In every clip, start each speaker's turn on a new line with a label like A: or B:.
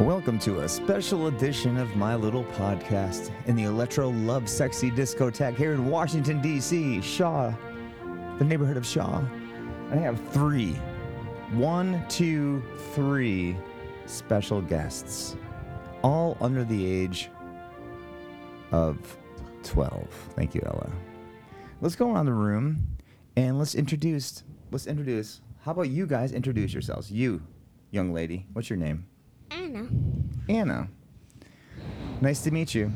A: welcome to a special edition of my little podcast in the Electro Love Sexy Discotheque here in Washington, D.C., Shaw, the neighborhood of Shaw. I have three, one, two, three special guests, all under the age of 12. Thank you, Ella. Let's go around the room and let's introduce. Let's introduce. How about you guys introduce yourselves? You, young lady, what's your name?
B: Anna.
A: Anna. Nice to meet you.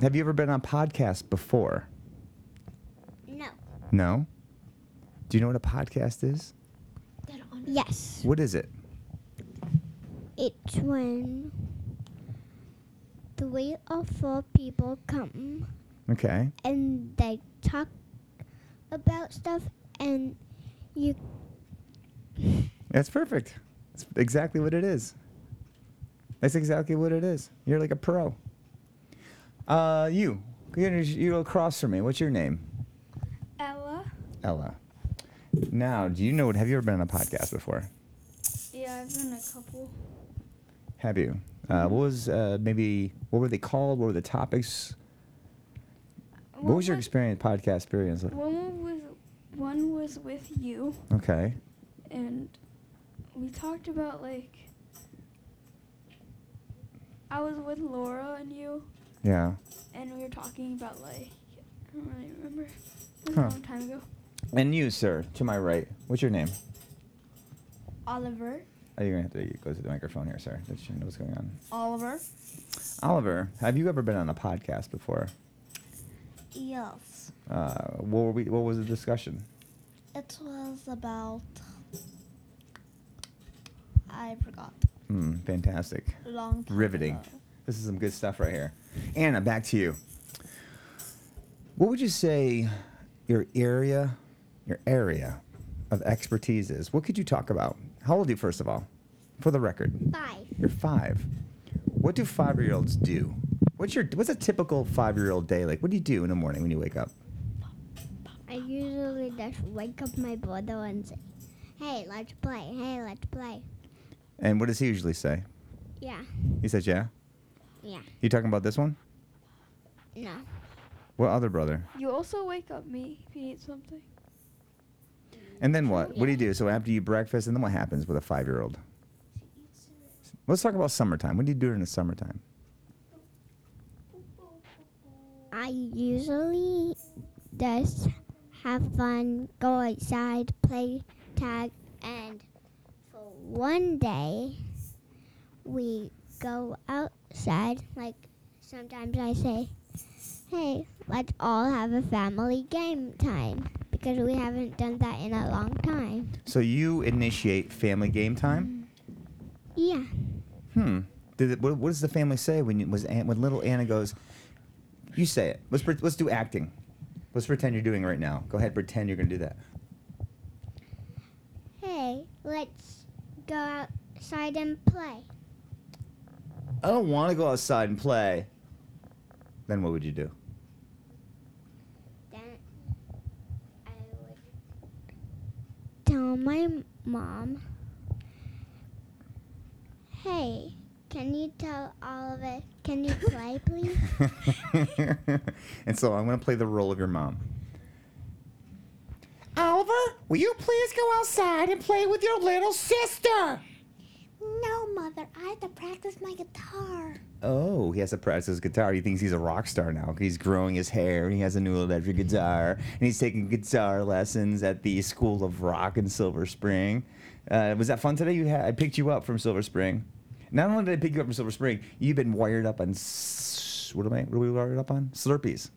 A: Have you ever been on podcast before?
B: No.
A: No? Do you know what a podcast is?
B: Yes.
A: What is it?
B: It's when three or four people come
A: Okay.
B: and they talk about stuff and you
A: That's perfect. That's exactly what it is. That's exactly what it is. You're like a pro. Uh, you. You're you're across from me. What's your name?
C: Ella.
A: Ella. Now, do you know what? Have you ever been on a podcast before?
C: Yeah, I've been a couple.
A: Have you? Uh, what was uh, maybe what were they called? What were the topics? What was your experience? Podcast experience? like?
C: One was one was with you,
A: Okay.
C: and we talked about like. I was with Laura and you,
A: Yeah.
C: and we were talking about like I don't really remember. It was
A: Huh.
C: a long time ago.
A: And you, sir, to my right. What's your name?
D: Oliver.
A: Are you gonna have to get close to the microphone here, sir? That you know what's going on.
D: Oliver.
A: Oliver, have you ever been on a podcast before?
D: Yes.
A: Uh, what were we? What was the discussion?
D: It was about. I forgot.
A: Hmm. Fantastic.
D: Long. time
A: Riveting.
D: ago.
A: This is some good stuff right here. Anna, back to you. What would you say your area, your area of expertise is? What could you talk about? How old are you, first of all? For the record,
B: five.
A: You're five. What do five-year-olds do? What's your what's a typical five-year-old day like? What do you do in the morning when you wake up?
B: I usually just wake up my brother and say, "Hey, let's play. Hey, let's play."
A: And what does he usually say?
B: Yeah.
A: He says, "Yeah."
B: Yeah.
A: You talking about this one?
B: No.
A: What other brother?
C: You also wake up me if you need something.
A: And then what? What do you do? So after you breakfast, and then what happens with a five-year-old? Let's talk about summertime. What do you do in the summertime?
B: I usually just have fun, go outside, play tag, and for one day we go outside. Like sometimes I say, hey, let's all have a family game time because we haven't done that in a long time.
A: So you initiate family game time.
B: Yeah.
A: Hmm. Did it, what, what does the family say when you, was Aunt, when little Anna goes? You say it. Let's pre- let's do acting. Let's pretend you're doing right now. Go ahead, pretend you're gonna do that.
B: Hey, let's go outside and play.
A: I don't want to go outside and play. Then what would you do?
B: Then I would tell my mom, "Hey, can you tell Oliver? Can you play, please?"
A: and so I'm gonna play the role of your mom. Oliver, will you please go outside and play with your little sister?
B: No, mother. I have to practice my guitar.
A: Oh, he has to practice his guitar. He thinks he's a rock star now. He's growing his hair. He has a new electric guitar, and he's taking guitar lessons at the School of Rock in Silver Spring. Uh, was that fun today? You had, I picked you up from Silver Spring. Not only did I pick you up from Silver Spring, you've been wired up on s- what am I? What are we wired up on? Slurpees,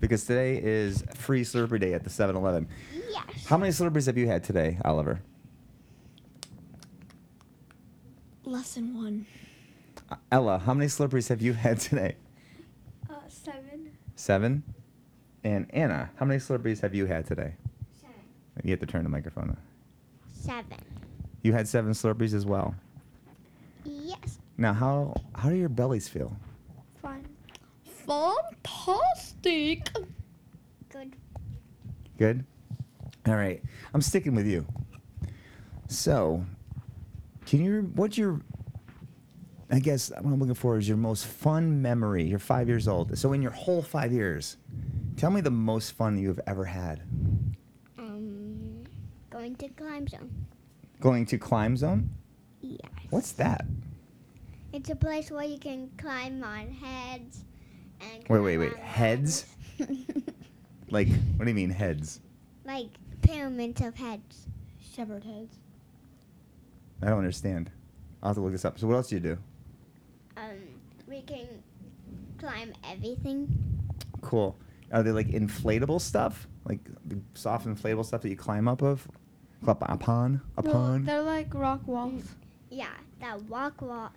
A: because today is free Slurpee Day at the 7-Eleven.
B: Yes.
A: How many Slurpees have you had today, Oliver?
D: Lesson one.
A: Uh, Ella, how many Slurpees have you had today?
C: Uh, seven.
A: Seven. And Anna, how many Slurpees have you had today? You have to turn the microphone on.
B: Seven.
A: You had seven Slurpees as well.
B: Yes.
A: Now, how how do your bellies feel?
C: Fine.
D: Fantastic.
B: Good.
A: Good. All right, I'm sticking with you. So, can you what's your I guess what I'm looking for is your most fun memory. You're five years old. So in your whole five years, tell me the most fun you've ever had.
B: Um, going to climb zone.
A: Going to climb zone?
B: Yes.
A: What's that?
B: It's a place where you can climb on heads and.
A: Wait, wait,
B: climb
A: wait.
B: on
A: Heads?
B: ladders.
A: Like, what do you mean heads?
B: like pyramids of heads.
D: Shepherd heads.
A: I don't understand. I'll have to look this up. So what else do you do?
B: Um, we can climb everything.
A: Cool. Are they like inflatable stuff? Like the soft inflatable stuff that you climb up of? Up upon?
C: No,
A: Upon?
C: they're like rock walls.
B: Yeah, that walk walk.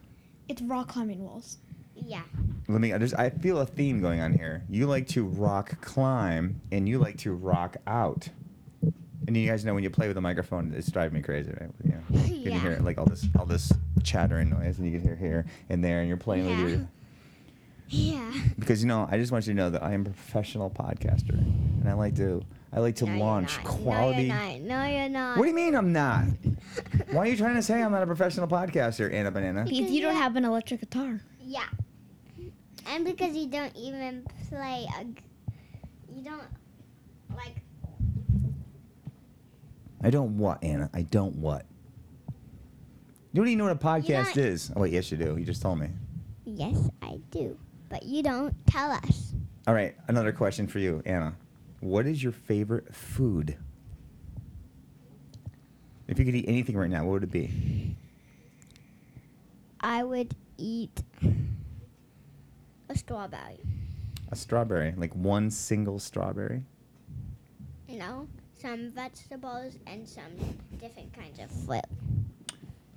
D: It's rock climbing walls.
B: Yeah.
A: Let me. I just. I feel a theme going on here. You like to rock climb, and you like to rock out. And you guys know when you play with a microphone, it's driving me crazy, right? You, know, you
B: Yeah.
A: can hear like all this, all this chattering noise, and you can hear here and there, and you're playing with
B: Yeah.
A: your.
B: Yeah.
A: Because you know, I just want you to know that I am a professional podcaster, and I like to, I like to
B: No, you're
A: launch
B: not.
A: quality.
B: No, you're not. No, you're not.
A: What do you mean I'm not? Why are you trying to say I'm not a professional podcaster, Anna Banana?
B: Because you don't
D: have an electric guitar.
B: Yeah. And because you don't even play a. g- You don't. Like,
A: I don't what, Anna? I don't what? You don't even know what a podcast
B: not-
A: is. Oh, wait, yes, you do. You just told me.
B: yes, I do. But you don't tell us.
A: All right, another question for you, Anna. What is your favorite food? If you could eat anything right now, what would it be?
B: I would eat a strawberry.
A: A strawberry, like one single strawberry.
B: You know, some vegetables and some different kinds of fruit.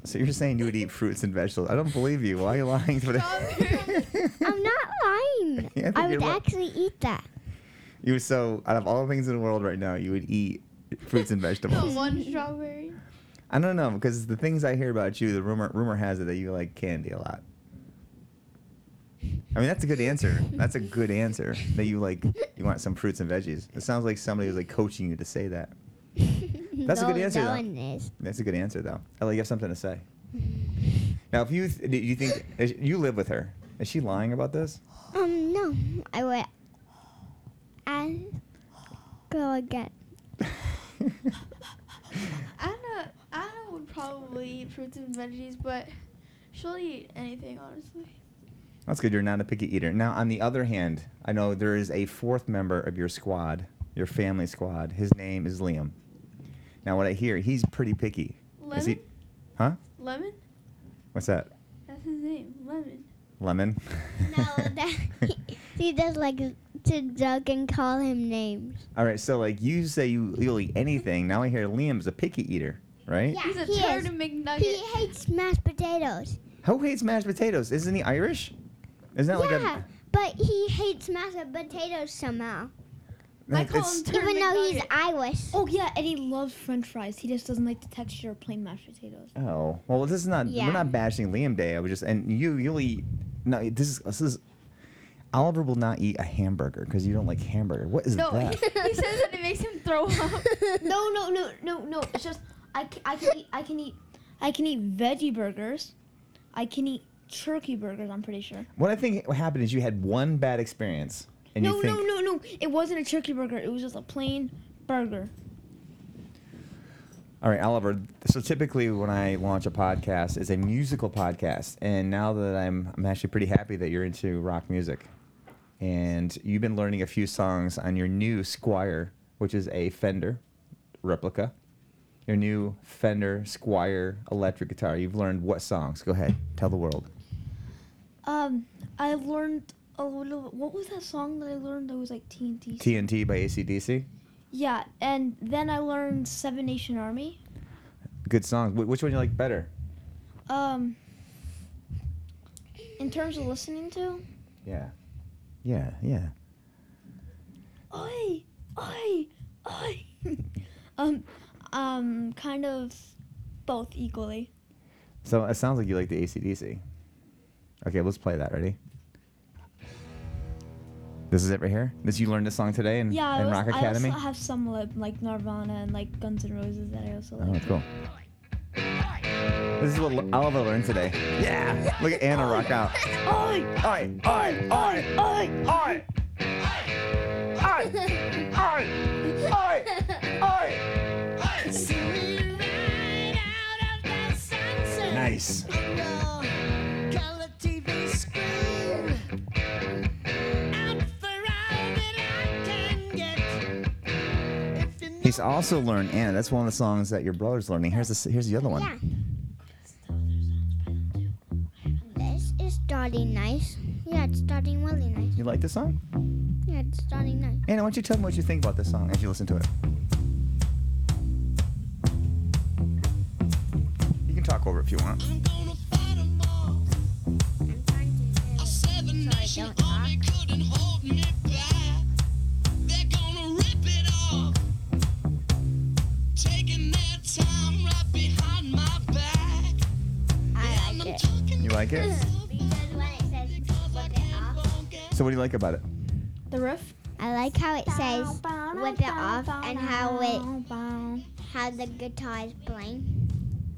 A: So you're saying you would eat fruits and vegetables? I don't believe you. Why are you lying? For
B: I'm not lying.
A: Yeah, I think
B: I would
A: you're li-
B: actually eat that.
A: you so out of all the things in the world right now, you would eat fruits and vegetables.
C: No, one strawberry.
A: I don't know because the things I hear about you, the rumor rumor has it that you like candy a lot. I mean, that's a good answer. That's a good answer that you like. You want some fruits and veggies. It sounds like somebody was like coaching you to say that. That's a good
B: No,
A: answer,
B: No
A: though.
B: one is.
A: That's a good answer though. Ellie, you have something to say. Now, if you th- do you think is- you live with her, is she lying about this?
B: Um, no, I would ask go again.
C: Anna, Anna would probably eat fruits and veggies, but she'll eat anything, honestly.
A: That's good. You're not a picky eater. Now, on the other hand, I know there is a fourth member of your squad, your family squad. His name is Liam. Now, what I hear, he's pretty picky.
C: Lemon?
A: he- Huh?
C: Lemon?
A: What's that?
C: That's his name. Lemon.
A: Lemon?
B: No, that, he, he does like to joke and call him names.
A: All right, so like you say you, you'll eat anything. Now I hear Liam is a picky eater, right?
B: Yeah,
C: He's a
B: he
C: turd
B: is.
C: McNugget.
B: He hates mashed potatoes.
A: Who hates mashed potatoes? Isn't he Irish? Isn't that
B: yeah,
A: like a.
B: but he hates mashed potatoes somehow,
C: I
A: like,
C: call
A: it's-
C: him turd
B: even though he's
C: McNugget.
B: Irish.
D: Oh yeah, and he loves French fries. He just doesn't like the texture of plain mashed potatoes.
A: Oh well, this is not.
B: Yeah.
A: We're not bashing Liam Day. I was just and you you'll eat. No, this is this is. Oliver will not eat a hamburger because you don't like hamburger. What is
C: No,
A: that?
C: Oh. he says that it makes him throw up.
D: No, no, no, no, no. It's just I, c- I can eat I can eat I can eat veggie burgers. I can eat turkey burgers. I'm pretty sure.
A: What I think what happened is you had one bad experience and
D: no,
A: you think
D: no, no, no. It wasn't a turkey burger. It was just a plain burger.
A: All right, Oliver. So typically, when I launch a podcast, it's a musical podcast, and now that I'm, I'm actually pretty happy that you're into rock music, and you've been learning a few songs on your new Squire, which is a Fender replica, your new Fender Squire electric guitar. You've learned what songs? Go ahead, tell the world.
D: Um, I learned a little. What was that song that I learned? That was like TNT.
A: TNT by ACDC.
D: yeah, and then I learned Seven Nation Army.
A: Good songs. Wh- which one you like better?
D: Um, in terms of listening to,
A: Yeah, yeah, yeah.
D: oi, oi, oi. um, um, kind of both equally.
A: So it sounds like you like the ACDC. Okay, let's play that. Ready? This is it right here. This you learned this song today in,
D: Yeah, I,
A: in
D: was,
A: Mm. Rock
D: I
A: Academy.
D: also have some like, like Nirvana and like Guns N' Roses that I also
A: Oh,
D: like.
A: cool. This is what L- Oliver learned today. Yeah. Look at Anna rock out.
D: Oi!
A: Oi, oi, oi,
D: Oi!
A: oi, oi, oi, oi, oi. Nice. He's also learned Anna. That's one of the songs that your brother's learning. Here's the here's the other one.
B: Yeah. This is starting nice. Yeah, it's starting really nice.
A: You like this song?
B: Yeah, it's starting nice.
A: Anna, why don't you tell them what you think about this song as you listen to it? You can talk over if you want.
B: I like it.
A: You like it?
B: Because when it says whip it off,
A: So what do you like about it?
C: The riff.
B: I like how it says whip it off and how it how the guitar is playing.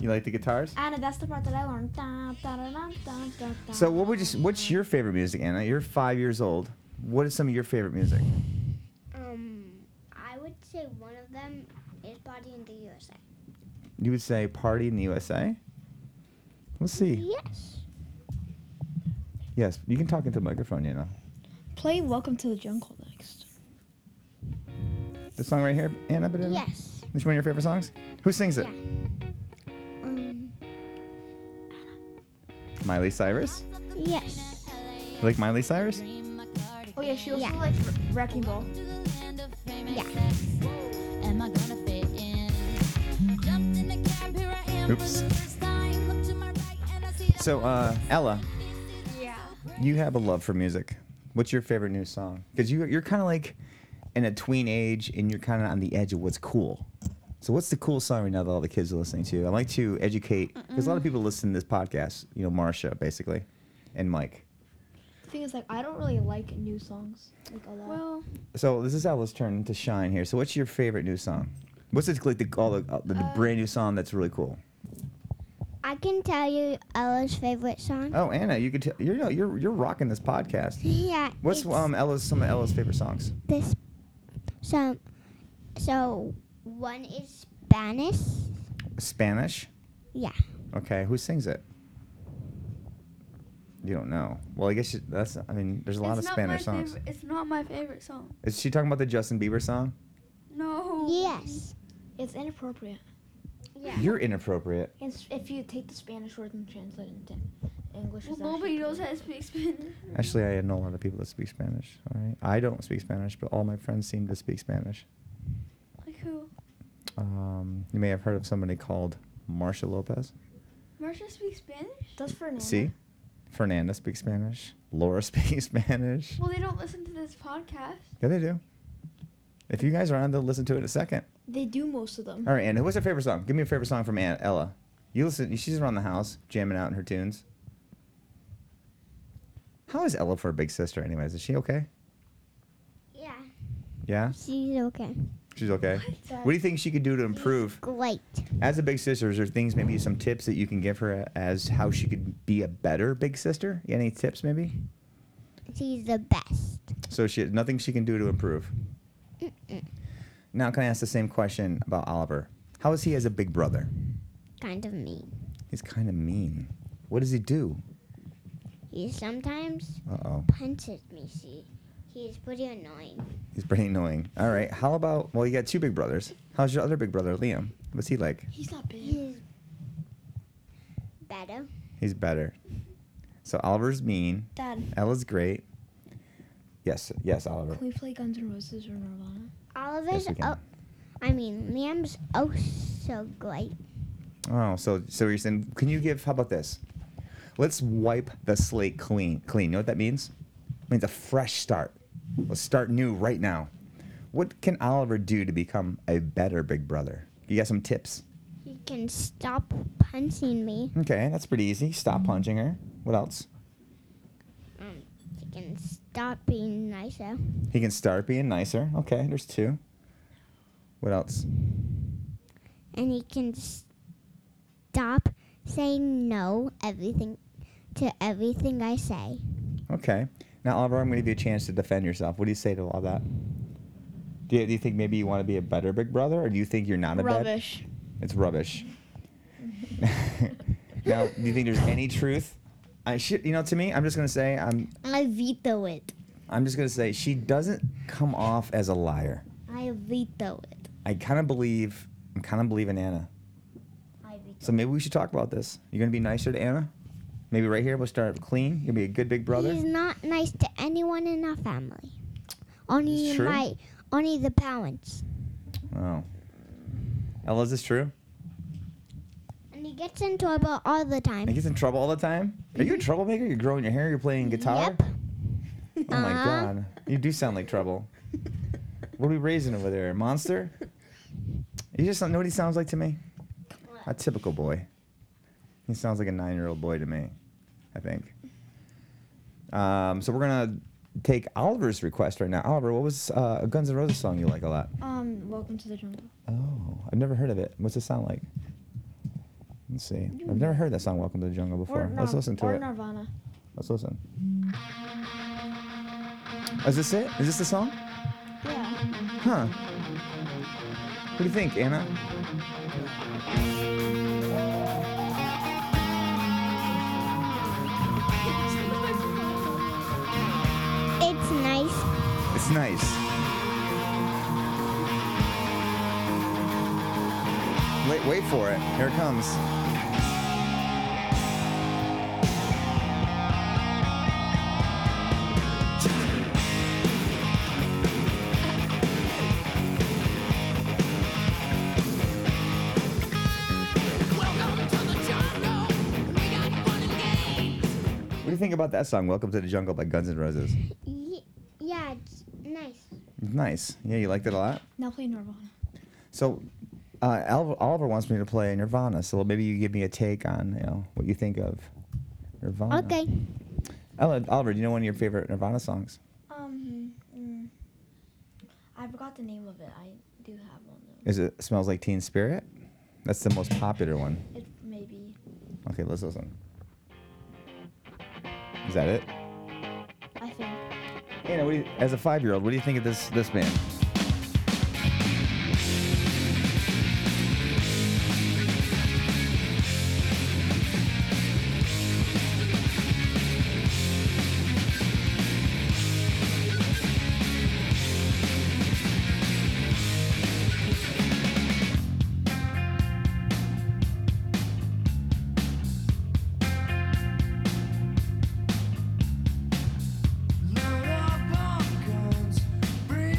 A: You like the guitars?
D: Anna, Ah, that's the part that I learned. Dun, dun, dun, dun, dun, dun, dun.
A: So what would you? s- What's your favorite music, Anna? You're five years old. What is some of your favorite music?
B: Um, I would say one of them is Body in the USA.
A: You would say "Party in the USA." We'll see.
B: Yes.
A: Yes, you can talk into the microphone, you know.
D: play Welcome to the Jungle next.
A: This song right here, Anna. But
B: Yes.
A: Which one of your favorite songs? Who sings it?
B: Um,
A: Miley Cyrus.
B: yes.
A: You like Miley Cyrus?
D: Oh yeah, she also
B: Yeah.
D: likes Wrecking Ball.
E: Am I gonna fit in? Jumped in the cab, here I am
A: Oops.
E: for the first time. Look to my right and I see a
A: So, uh, Ella,
C: Yeah.
A: you have a love for music. What's your favorite new song? Because you you're kind of like in a tween age, and you're kind of on the edge of what's cool. So, what's the cool song right now that all the kids are listening to? I like to educate because a lot of people listen to this podcast. You know, Marsha basically, and Mike.
D: The thing is, like, I don't really like new songs like a lot.
C: Well,
A: So this is Ella's turn to shine here. So, what's your favorite new song? What's it like the all the, all the brand new song that's really cool?
B: I can tell you Ella's favorite song.
A: Oh, Anna, you could tell you're no, you're you're rocking this podcast.
B: Yeah.
A: What's
B: it's
A: um Ella's some of Ella's favorite songs?
B: this? So, so one is Spanish.
A: Spanish.
B: Yeah.
A: Okay, who sings it? You don't know. Well, I guess you, that's. I mean, there's a lot
C: it's
A: of
C: not
A: Spanish
C: my
A: songs.
C: favorite- it's not my favorite song.
A: Is she talking about the Justin Bieber song?
C: No.
B: Yes.
D: it's inappropriate.
B: Yeah.
A: You're inappropriate.
D: It's, if you take the Spanish word and translate it into English,
C: Well,
D: it's
C: nobody
D: actually
C: knows
D: pretty
C: how to speak Spanish.
A: Actually, I know a lot of people that speak Spanish. All right, I don't speak Spanish, but all my friends seem to speak Spanish.
C: Like who?
A: Um, you may have heard of somebody called Marsha Lopez.
C: Marsha speaks Spanish?
D: good. Does Fernanda?
A: See, Fernanda speaks Spanish. Laura speaks Spanish.
C: Well, they don't listen to this podcast.
A: Yeah, they do. If you guys are on, they'll listen to it in a second.
D: They do most of them.
A: All right, Anna, what's her favorite song? Give me a favorite song from Aunt Ella. You listen. She's around the house jamming out in her tunes. How is Ella for a big sister, anyways? Is she okay?
B: Yeah.
A: Yeah,
B: She's okay.
A: she's okay. What do you think she could do to improve
B: Great.
A: as a big sister? Is there things, maybe some tips that you can give her as how she could be a better big sister? Any tips, maybe?
B: She's the best.
A: So she nothing she can do to improve. Now, can I ask the same question about Oliver? How is he as a big brother?
B: Kind of mean.
A: He's kind of mean. What does he do?
B: He sometimes
A: Uh oh.
B: punches me. She, he's pretty annoying.
A: He's pretty annoying. All right. How about, well, you got two big brothers. How's your other big brother, Liam? What's he like?
D: He's not big.
B: He's better.
A: He's better. So Oliver's mean.
D: Dad,
A: Ella's great. Yes. Yes, Oliver.
D: can we play Guns N' Roses or Nirvana?
B: Oliver's.
A: Yes, we
B: oh,
A: can.
B: I mean, Liam's oh so great.
A: Oh, so so you're saying, can you give? How about this? Let's wipe the slate clean. Clean. You know what that means? It means a fresh start. Let's start new right now. What can Oliver do to become a better big brother? You got some tips?
B: He can stop punching me.
A: Okay, that's pretty easy. Stop punching her. What else?
B: Um, he can stop being nicer.
A: He can start being nicer. Okay, there's two. What else?
B: And he can stop say no everything to everything I say.
A: Okay. Now, Oliver, I'm going to give you a chance to defend yourself. What do you say to all that? Do you, do you think maybe you want to be a better big brother, or do you think you're not a bad?
D: Rubbish.
A: It's rubbish. now, do you think there's any truth? I should, you know, to me, I'm just going to say, I'm,
B: I veto it.
A: I'm just going to say, she doesn't come off as a liar.
B: I veto it.
A: I kind of believe, I'm kind of believing Anna.
B: I veto.
A: So maybe we should talk about this. You're going to be nicer to Anna. Maybe right here we'll start clean. You'll be a good big brother.
B: He's not nice to anyone in our family. Only
A: It's true.
B: my, only the parents.
A: Oh. Ella, is this true?
B: And he gets in trouble all the time.
A: He gets in trouble all the time. Are you a troublemaker? You're growing your hair. You're playing guitar.
B: Yep.
A: Oh my
B: Uh-huh.
A: god, you do sound like trouble. What are we raising over there? A monster? You just don't know what he sounds like to me. A typical boy. He sounds like a nine-year-old boy to me. I think. Um, so we're gonna take Oliver's request right now. Oliver, what was uh, a Guns N' Roses song you like a lot?
D: Um, welcome to the jungle.
A: Oh, I've never heard of it. What's it sound like? Let's see. I've never heard that song, Welcome to the Jungle, before. Let's
D: Nir-
A: listen to
D: or
A: it.
D: Nirvana.
A: Let's listen. Is this it? Is this the song?
D: Yeah.
A: Huh. What do you think, Anna?
B: It's nice.
A: It's nice. Wait, wait for it. Here it comes. What do you think about that song, Welcome to the Jungle by Guns N' Roses?
B: Ye- yeah, it's nice.
A: Nice. Yeah, you liked it a lot.
D: Now play Nirvana.
A: So, uh, Al- Oliver wants me to play Nirvana. So maybe you give me a take on you know what you think of Nirvana.
B: Okay.
A: Ella, Oliver, do you know one of your favorite Nirvana songs?
D: Um, mm, I forgot the name of it. I do have one though.
A: Is it "Smells Like Teen Spirit"? That's the most popular one.
D: It maybe.
A: Okay, let's listen. Is that it?
D: I think.
A: Anna, what do you, as a five-year-old, what do you think of this this band?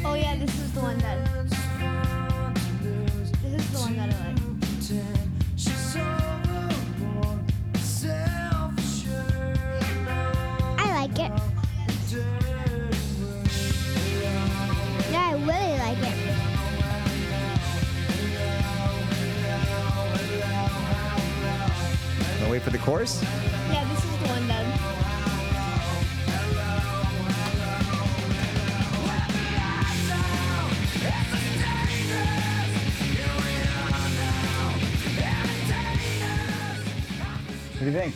D: Oh yeah, this is the one that. This is the one that I like.
B: I like it. Yeah, I really like it.
A: Now wait for the chorus.
D: Yeah, this is the one that.
A: What do you think?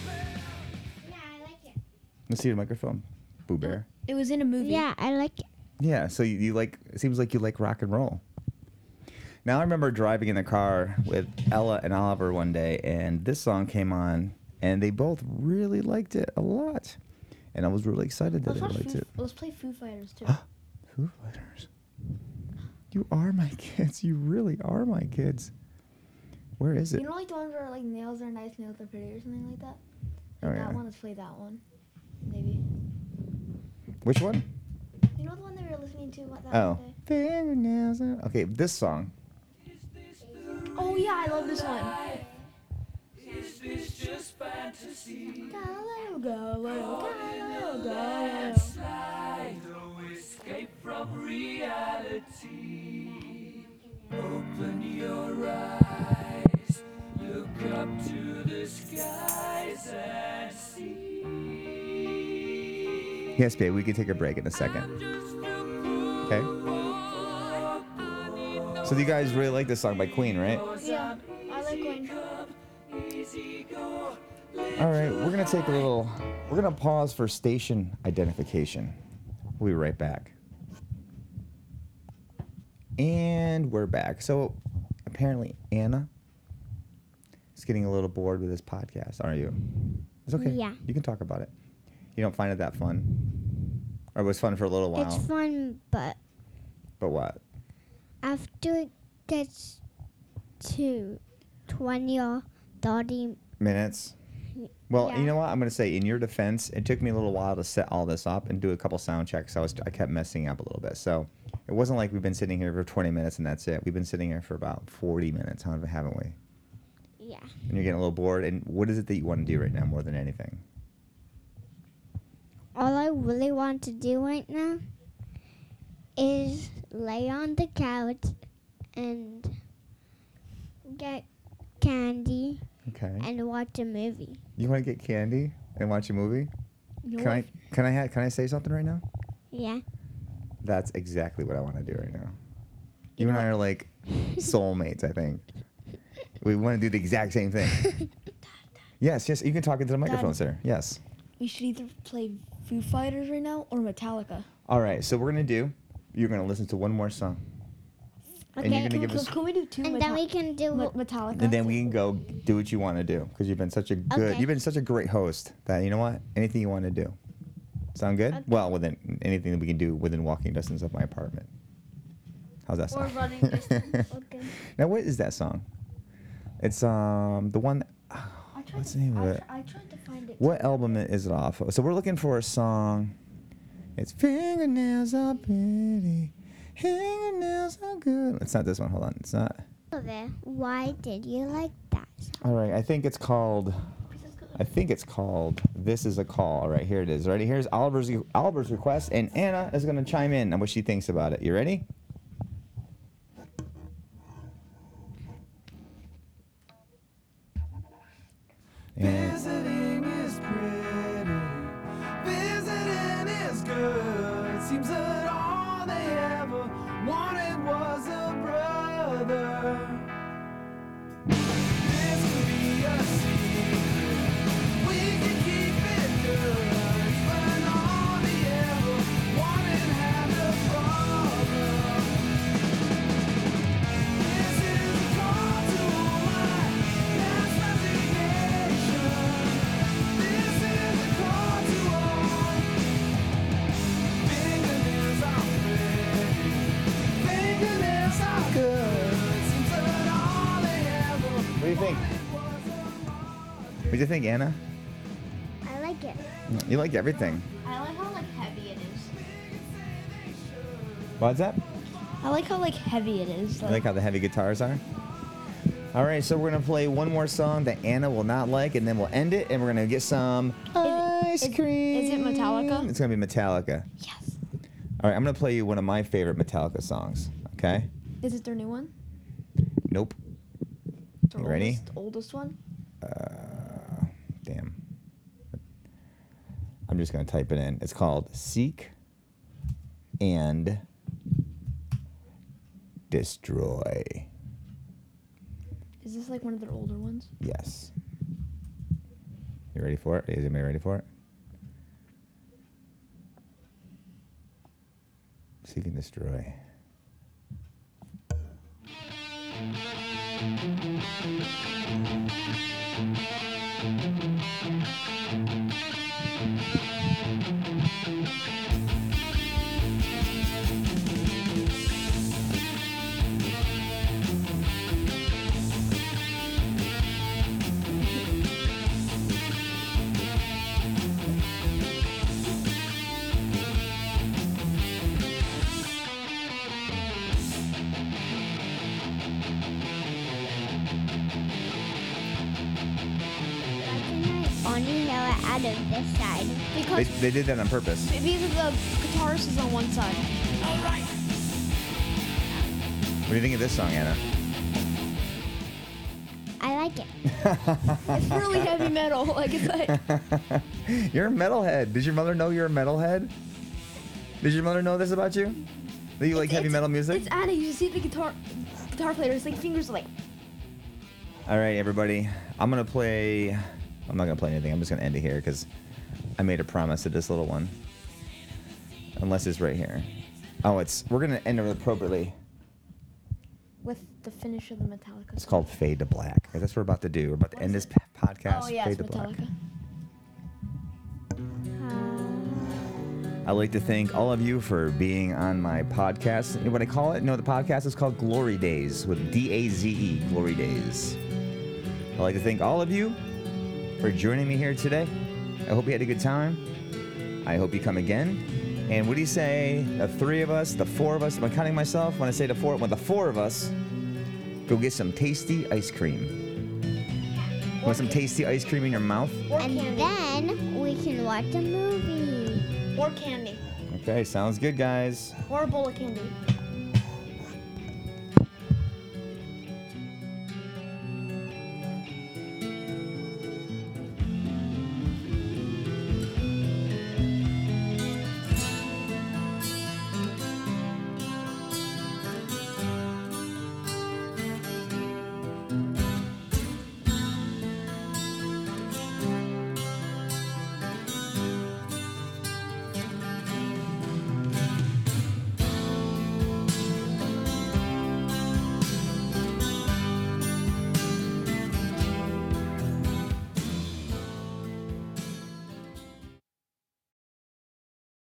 B: Yeah, I like it.
A: Let's see the microphone. Boo Bear.
D: It was in a movie.
B: Yeah, I like it.
A: Yeah, so you, you like it seems like you like rock and roll. Now I remember driving in the car with Ella and Oliver one day and this song came on and they both really liked it a lot. And I was really excited that
D: Let's,
A: they
D: watch
A: liked
D: Foo,
A: it.
D: let's play Foo Fighters too.
A: Foo Fighters. You are my kids. You really are my kids. Where is
D: you
A: it?
D: know, like the ones where like nails are nice, nails are pretty, or something like that.
A: Oh,
D: that
A: yeah.
D: one. Let's play that one. Maybe.
A: Which one?
D: You know the one that we were listening to what, that
A: Oh.
D: one day?
A: Fingernails are- Okay, this song.
D: Oh yeah, I love this one. Galileo, Galileo, Galileo, Galileo.
A: Yes, babe, we can take a break in a second. Okay. So you guys really like this song by Queen, right?
D: Yeah, I like going.
A: All right, we're gonna take a little. We're gonna pause for station identification. We'll be right back. And we're back. So apparently Anna is getting a little bored with this podcast. Are you? It's okay.
B: Yeah.
A: You can talk about it. You don't find it that fun, or it was fun for a little while.
B: It's fun, but
A: but what?
B: after it gets to 20 or 30,
A: minutes. Well,
B: Yeah.
A: you know what? I'm going to say, in your defense, it took me a little while to set all this up and do a couple sound checks. I was I kept messing up a little bit, so it wasn't like we've been sitting here for 20 minutes and that's it. We've been sitting here for about 40 minutes, huh, haven't we?
B: yeah,
A: And you're getting a little bored. And what is it that you want to do right now more than anything?
B: all I really want to do right now is lay on the couch and get candy
A: Okay.
B: and watch a movie.
A: You want to get candy and watch a movie?
D: You
A: Can I can I ha- can I say something right now?
B: Yeah.
A: That's exactly what I want to do right now. You and I are like soulmates, I think. We want to do the exact same thing. Yes, yes, you can talk into the microphone, sir. Yes.
D: We should either play Foo Fighters right now or Metallica.
A: All right, so we're going to do, you're going to listen to one more song. And you're
B: Okay.
A: gonna
D: Can,
A: give
D: can-
A: us-
D: can we do two?
B: And
D: Meta-
B: then we can do
D: Me- Metallica.
A: And then we can go do what you want to do because you've been such a good,
B: Okay.
A: you've been such a great host that, you know what, anything you want to do. Sound good? Well, within anything that we can do within walking distance of my apartment. How's that
C: Or
A: sound?
C: running distance. okay.
A: Now, what is that song? It's um the one.
D: I tried
A: What's
D: to-
A: the name of
D: I
A: it?
D: tr- I tried to find it.
A: What album it- is it off? of? So we're looking for a song. It's fingernails are pretty, fingernails are good. It's not this one. Hold on. It's not.
B: Oliver, why did you like that song?
A: All right. I think it's called. I think it's called. This is a call. All right. Here it is. Ready? Here's Oliver's Oliver's request, and Anna is gonna chime in on what she thinks about it. You ready? And-
F: Visiting is pretty. Visiting is good. Seems that all they ever wanted was a brother. This could be a secret. We could keep it good. When all they ever wanted had a brother. This is a call to my past resignation. This is a call to all. Fingernails are pretty. Fingernails are good. Seems that all they ever
A: What do you think? What do you think, Anna?
B: I like it.
A: You like everything.
D: I like how like heavy it is.
A: What's that?
D: I like how like heavy it is.
A: I like how the heavy guitars are. All right, so we're gonna play one more song that Anna will not like, and then we'll end it, and we're gonna get some ice cream.
D: Uh, is it Metallica?
A: It's gonna be Metallica.
D: yes.
A: All right, I'm gonna play you one of my favorite Metallica songs. Okay?
D: Is it their new one?
A: Nope.
D: Their
A: You ready?
D: Oldest, oldest one.
A: Uh, damn. I'm just gonna type it in. It's called "Seek and Destroy."
D: Is this like one of their older ones?
A: Yes. You ready for it? Is anybody ready for it? Seek and destroy.
B: Why can I only know it out of this side?
A: They,
D: Because
A: they did that on purpose.
D: because of the guitarist is on one side.
A: What do you think of this song, Anna?
B: I like it.
D: It's really heavy metal. Like it's like
A: you're a metalhead. Does your mother know you're a metalhead? Does your mother know this about you? That you like heavy
D: it's-
A: metal music?
D: It's Anna. You see the guitar guitar player. His like fingers are like.
A: All right, everybody. I'm gonna play I'm not gonna play anything. I'm just gonna end it here because I made a promise to this little one. Unless it's right here. Oh, it's we're gonna end it appropriately.
D: with the finish of the Metallica.
A: It's called Fade to Black. That's what we're about to do. We're about to end this p- podcast.
D: Oh yeah,
A: Fade
D: it's
A: to Black.
D: Metallica.
B: Uh,
A: I'd like to thank all of you for being on my podcast. You know what I call it? No, the podcast is called Glory Days with D A Z E, Glory Days. I'd like to thank all of you for joining me here today. I hope you had a good time. I hope you come again. And what do you say, the three of us, the four of us, am I counting myself? When I say the four, when the four of us go get some tasty ice cream. Want some tasty ice cream in your mouth?
D: Or
B: And then we can watch a movie.
D: Or candy.
A: Okay, sounds good, guys.
D: Or a bowl of candy.